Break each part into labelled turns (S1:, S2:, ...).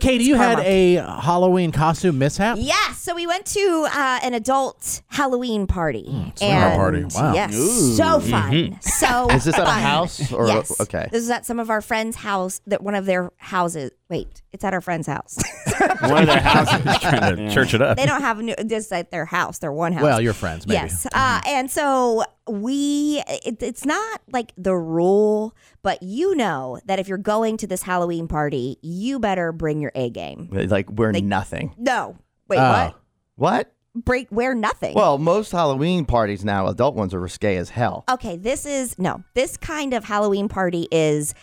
S1: Katie, you had
S2: karma.
S1: a Halloween costume mishap.
S2: Yes, so we went to uh, an adult Halloween party.
S3: Mm,
S1: our
S2: and
S1: party. Wow.
S2: Yes, so fun. So
S3: Is this at a
S2: fun.
S3: house or-
S2: yes.
S3: okay.
S2: This is at some of our friends' house. That one of their houses. Wait, it's at our friend's house.
S4: One of their houses.
S5: trying to church it up.
S2: they don't have new, just at their house. Their one house.
S1: Well, your friends, maybe.
S2: Yes.
S3: Mm-hmm.
S2: Uh, and so we, it, it's not like the rule, but you know that if you're going to this Halloween party, you better bring your A game.
S3: Like we're nothing.
S2: No. Wait,
S1: Oh.
S3: What?
S2: what? Break, wear nothing.
S3: Well, most Halloween parties now, adult ones are risque as hell.
S2: okay, this is, no, this kind of Halloween party is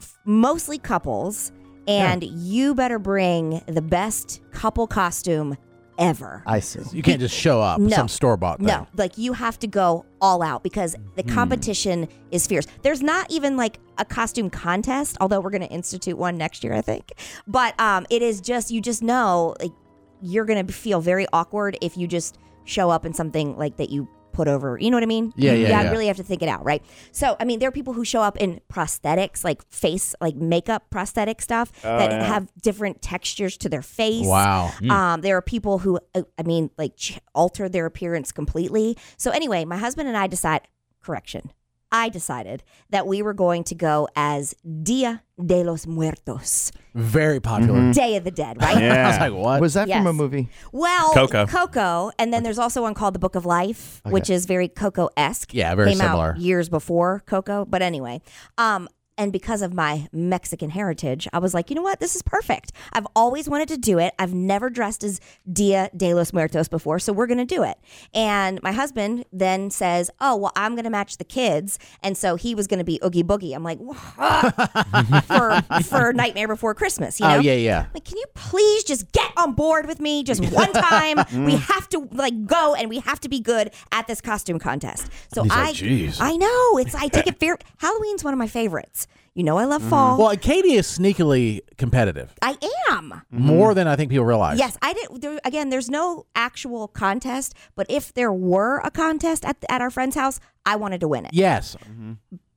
S2: f- mostly couples, and you better bring the best couple costume ever.
S3: I see.
S1: You can't just show up
S2: No.
S1: some store bought thing.
S2: No, like you have to go all out because the
S1: Hmm.
S2: competition is fierce. There's not even like a costume contest, although we're going to institute one next year, I think. But um, it is just you just know like you're going to feel very awkward if you just show up in something like that you put over. You know what I mean?
S1: Yeah, yeah,
S2: You
S1: yeah.
S2: really have to think it out, right? So, I mean, there are people who show up in prosthetics, like face, like makeup prosthetic stuff that have different textures to their face.
S1: Oh, Wow. Mm,
S2: Um, there are people who, uh, I mean, like ch- alter their appearance completely. So anyway, my husband and I decide. Correction, I decided that we were going to go as Dia de los Muertos,
S1: Very popular.
S2: Day of the Dead, right?
S1: I was like, what?
S3: Was that from a
S2: Yes.
S3: movie?
S2: Well,
S5: Coco.
S2: Coco, and then there's also one called The Book of Life, which is very Coco esque.
S1: Yeah, very
S2: Came out
S1: similar.
S2: years before Coco, but anyway, um, and because of my Mexican heritage, I was like, you know what, this is perfect. I've always wanted to do it. I've never dressed as Dia de los Muertos before, so we're gonna do it. And my husband then says, oh well, I'm gonna match the kids, and so he was gonna be Oogie Boogie. I'm like, for for Nightmare Before Christmas, you know?
S1: oh, yeah, yeah.
S2: Like, can you please just get on board with me just one time?
S3: Mm.
S2: we have to like go and we have to be good at this costume contest. So I, I know it's I take it fair. Halloween's one of my favorites. You know I love
S3: Mm.
S2: fall.
S1: Well, Katie is sneakily competitive,
S2: I am.
S1: more than I think people realize.
S2: Mm-hmm. Yes, I did. There, again, there's no actual contest, but if there were a contest at at our friend's house, I wanted to win it.
S1: Yes.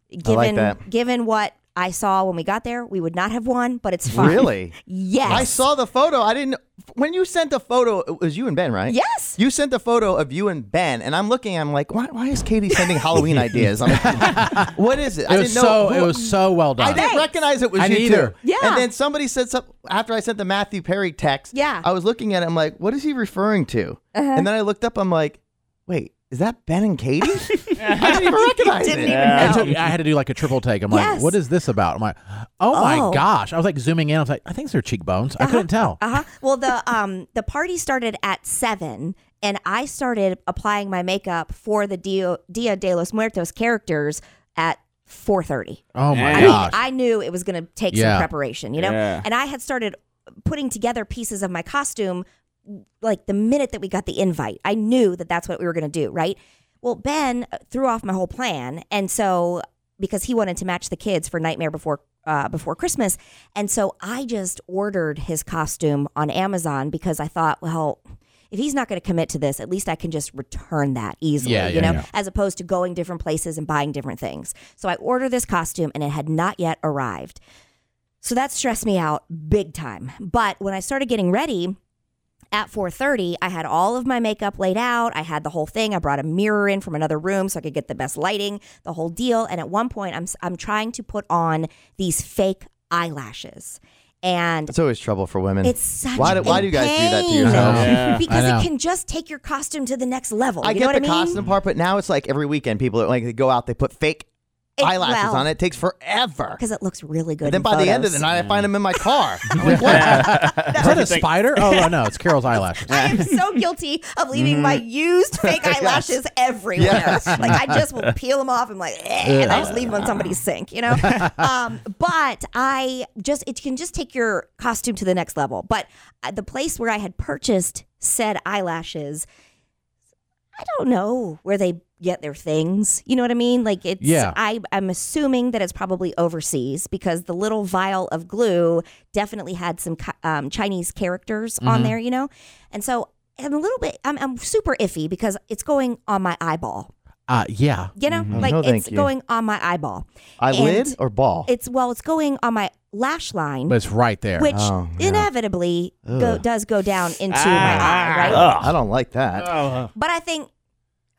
S2: Given
S3: like that.
S2: given what I saw when we got there, we would not have won, but it's fine.
S3: Really?
S2: Yes.
S3: I saw the photo. I didn't. When you sent the photo, it was you and Ben, right?
S2: Yes.
S3: You sent the photo of you and Ben, and I'm looking. I'm like, why, why is Katie sending Halloween ideas? I'm like, what is it? I
S1: It was,
S3: didn't know.
S1: so,
S3: who-
S1: it was so well done.
S3: I didn't recognize it was
S1: I
S3: you
S1: didn't either.
S3: too.
S2: Yeah.
S3: And then somebody said something after I sent the Matthew Perry text.
S2: Yeah. Uh-huh.
S3: I was looking at it. I'm like, what is he referring to? And then I looked up. I'm like, wait, is that Ben and Katie? I didn't even recognize
S2: didn't
S3: it.
S2: even
S1: I,
S2: know.
S1: took- I had to do like a triple take. I'm
S2: Yes.
S1: like, what is this about? I'm like, oh, my
S2: Oh.
S1: gosh. I was like zooming in. I was like, I think it's their cheekbones. I couldn't tell.
S2: Uh huh. Well, the um the party started at seven, and I started applying my makeup for the Dia, Dia de los Muertos characters at four thirty.
S1: oh my
S5: I
S2: I
S5: mean,
S2: mean,
S1: gosh.
S2: I knew it was going to take
S1: Yeah.
S2: some preparation, you know.
S5: Yeah.
S2: And I had started putting together pieces of my costume like the minute that we got the invite. I knew that that's what we were going to do, right? Well, Ben uh, threw off my whole plan, and so because he wanted to match the kids for Nightmare Before uh, Before Christmas, and so I just ordered his costume on Amazon because I thought, well. If he's not going to commit to this, at least I can just return that easily,
S1: Yeah,
S2: you
S1: yeah,
S2: know,
S1: yeah.
S2: as opposed to going different places and buying different things. So I ordered this costume and it had not yet arrived. So that stressed me out big time. But when I started getting ready at 4:30, I had all of my makeup laid out. I had the whole thing. I brought a mirror in from another room so I could get the best lighting, the whole deal. And at one point, I'm s- I'm trying to put on these fake eyelashes. And
S3: It's always trouble for women.
S2: it's such
S3: why do,
S2: a
S3: why do you guys do that to
S2: pain.
S3: yourself?
S1: know.
S5: Yeah.
S2: Because
S1: I know.
S2: it can just take your costume to the next level.
S3: I
S2: you
S3: get
S2: know what
S3: the
S2: I mean?
S3: costume part, but now it's like every weekend people are like they go out, they put fake
S2: It-
S3: eyelashes
S2: well-
S3: on it. It takes forever.
S2: Because it looks really good.
S3: And then
S2: in
S3: by the end of the
S2: photos.
S3: night, I find them in my car. I'm like, what?
S1: is that a spider? Oh, no, no. It's Carol's eyelashes.
S2: I am so guilty of leaving my used fake eyelashes everywhere. Like I just will peel them off and like, eh, and I just leave them on somebody's sink, you know. um, but I just it can just take your costume to the next level. But uh, the place where I had purchased said eyelashes, I don't know where they get their things. You know what I mean? Like it's
S1: Yeah.
S2: I I'm assuming that it's probably overseas because the little vial of glue definitely had some ki- um, Chinese characters
S1: Mm-hmm.
S2: on there, you know? And so I'm a little bit I'm, I'm super iffy because it's going on my eyeball.
S1: Uh, yeah.
S2: You know,
S3: Mhm.
S2: like
S3: No,
S2: it's
S3: thank you.
S2: going on my eyeball.
S3: Eyelid
S2: And
S3: or ball?
S2: It's well, it's going on my lash line,
S1: Oh. But it's right there.
S2: which
S3: Oh, yeah.
S2: inevitably go,
S3: Ugh.
S2: does go down into my
S1: Ah.
S2: eye, right?
S3: I don't like that.
S5: Oh,
S2: But I think,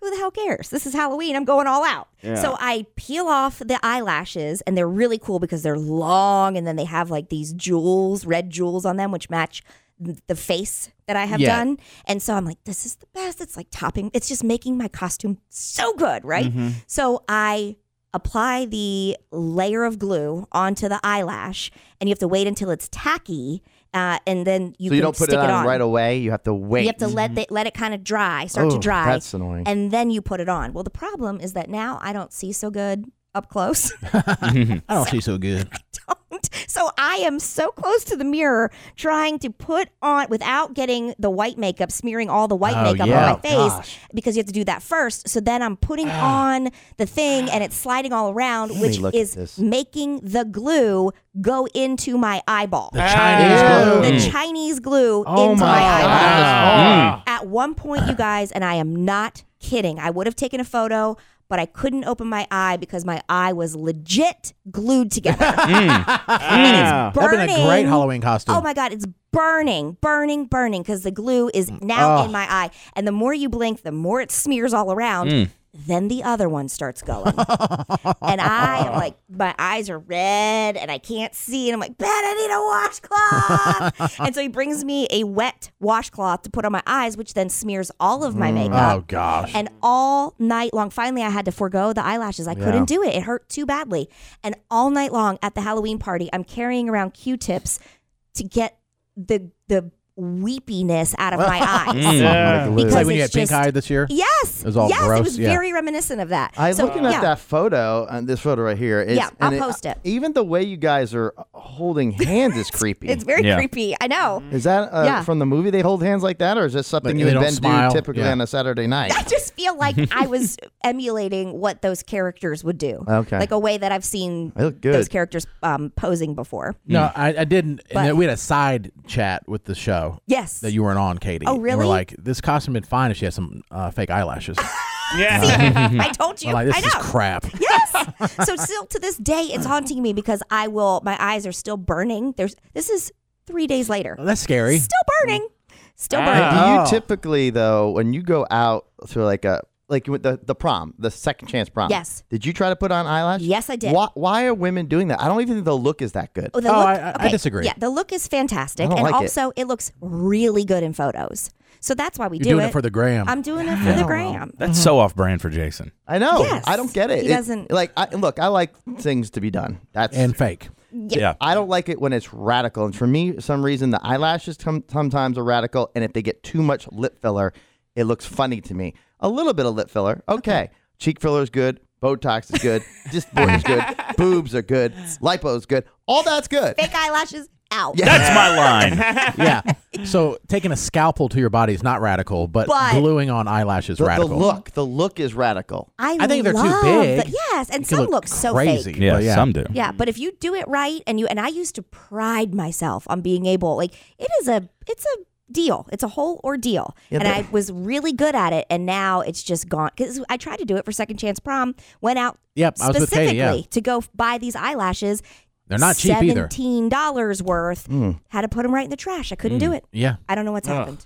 S2: who the hell cares? This is Halloween. I'm going all out.
S4: Yeah.
S2: So I peel off the eyelashes, and they're really cool because they're long, and then they have like these jewels, red jewels on them, which match th- the face that I have
S1: Yeah.
S2: done. And so I'm like, this is the best. It's like topping. It's just making my costume so good, right?
S4: Mm-hmm.
S3: Mm-hmm.
S2: So I apply the layer of glue onto the eyelash, and you have to wait until it's tacky, uh, and then you
S3: so
S2: can
S3: you don't put
S2: stick
S3: it on
S2: on
S3: right away. You have to wait.
S2: you have to let the, let it kind of dry, start to
S3: Oh,
S2: dry,
S3: That's annoying.
S2: and then you put it on. Well, the problem is that now I don't see so good up close.
S1: I don't see so good.
S2: don't. So I am so close to the mirror trying to put on without getting the white makeup, smearing all the white
S1: Oh,
S2: makeup
S1: yeah.
S2: on my face because you have to do that first. So then I'm putting on the thing and it's sliding all around, which
S3: Ah. look at
S2: is
S3: this.
S2: making the glue go into my eyeball.
S1: The Chinese
S3: Ew.
S1: glue.
S2: The Chinese glue
S3: Oh
S2: into
S3: my
S2: my eyeball.
S5: Mm.
S3: God.
S2: At one point, you guys, and I am not kidding, I would have taken a photo, but I couldn't open my eye because my eye was legit glued together.
S4: Ah.
S1: Mm. That'd been a great
S2: Burning.
S1: Halloween costume.
S2: oh my God, it's burning, burning, burning because the glue is now in my eye. And the more you blink, the more it smears all around. Then the other one starts going. and I am like, my eyes are red and I can't see. And I'm like, Ben, I need a washcloth. and so he brings me a wet washcloth to put on my eyes, which then smears all of my makeup.
S1: Oh, gosh.
S2: And all night long, finally, I had to forego the eyelashes. I couldn't do it. It hurt too badly. And all night long at the Halloween party, I'm carrying around Q-tips to get the the weepiness out of my eyes.
S4: Yeah.
S3: Like,
S1: It's
S2: Because
S1: like when you had
S2: it's
S1: pink
S2: just-
S1: eye this year.
S2: Yes,
S1: Hmm. was all
S2: yes, it
S1: gross,
S2: was
S1: yeah.
S2: very reminiscent of that.
S3: I
S2: so,
S3: looking at
S2: yeah.
S3: that photo and this photo right here. It's,
S2: Yeah, I'll
S3: and
S2: post it.
S3: Even the way you guys are holding hands is creepy.
S2: It's very
S4: Yeah.
S2: creepy. I know.
S1: Mm-hmm.
S3: is that uh,
S2: Yeah.
S3: from the movie they hold hands like that, or is this something
S1: Like,
S3: you
S1: they
S3: and
S1: don't
S3: Ben
S1: smile.
S3: do typically
S1: Yeah.
S3: on a Saturday night?
S2: I just feel like I was emulating what those characters would do.
S3: Okay.
S2: Like a way that I've seen
S3: I look good.
S2: those characters um, posing before.
S1: No, I, I didn't. and
S2: But-
S1: then we had a side chat with the show
S2: Yes.
S1: that you weren't on, Katie.
S2: Oh,
S1: And
S2: really?
S1: we're like, this costume would been fine if she had some uh, fake eyelashes.
S4: Yeah.
S2: I told you.
S1: I'm like, this
S2: I know.
S1: is crap.
S2: Yes. so still to this day, it's haunting me because I will. My eyes are still burning. There's. This is three days later.
S1: That's scary.
S2: Still burning. Still
S4: Ah.
S2: burning.
S3: Do you
S1: Oh.
S3: typically though, when you go out to like a like with the the prom, the second chance prom?
S2: Yes.
S3: Did you try to put on eyelash?
S2: Yes, I did.
S3: Why, why are women doing that? I don't even think the look is that good.
S2: Oh, the
S1: Oh,
S2: look,
S1: I- I- I
S2: okay,
S1: disagree.
S2: Yeah, the look is fantastic,
S3: I don't
S2: and
S3: like it.
S2: also it. looks really good in photos. So that's why we
S1: You're
S2: do
S1: doing it. for the gram.
S2: I'm doing it for the gram.
S5: That's so off brand for Jason.
S3: I know.
S2: Yes.
S3: I don't get it.
S2: He
S3: It-
S2: doesn't-
S3: like. I, look, I like things to be done. That's
S1: and fake.
S5: Yeah.
S3: I don't like it when it's radical. And for me, for some reason, the eyelashes com- sometimes are radical. And if they get too much lip filler, it looks funny to me. A little bit of lip filler, okay. Cheek filler is good. Botox is good. Dysport is good. Boobs are good. Lipo is good. All that's good.
S2: Fake eyelashes out.
S5: That's my line.
S1: yeah. So taking a scalpel to your body is not radical, but,
S2: But-
S1: gluing on eyelashes
S3: The, the
S1: radical.
S3: look, the look is radical.
S2: I,
S1: I think they're too
S2: love
S1: big.
S2: the- yes, and
S1: It can
S2: some
S1: look
S2: look so fake.
S1: crazy.
S5: Yeah,
S1: but yeah.
S5: some do.
S2: Yeah, but if you do it right and you and I used to pride myself on being able like it is a it's a deal. It's a whole ordeal. and I was really good at it and now it's just gone cuz I tried to do it for second chance prom, went out
S1: Yep, I was with
S2: specifically
S1: Katie, yeah.
S2: to go f- buy these eyelashes.
S1: They're not cheap either. Hmm.
S2: $17 worth. Had to put them right in the trash. I couldn't do it.
S1: Yeah.
S2: I don't know what's happened.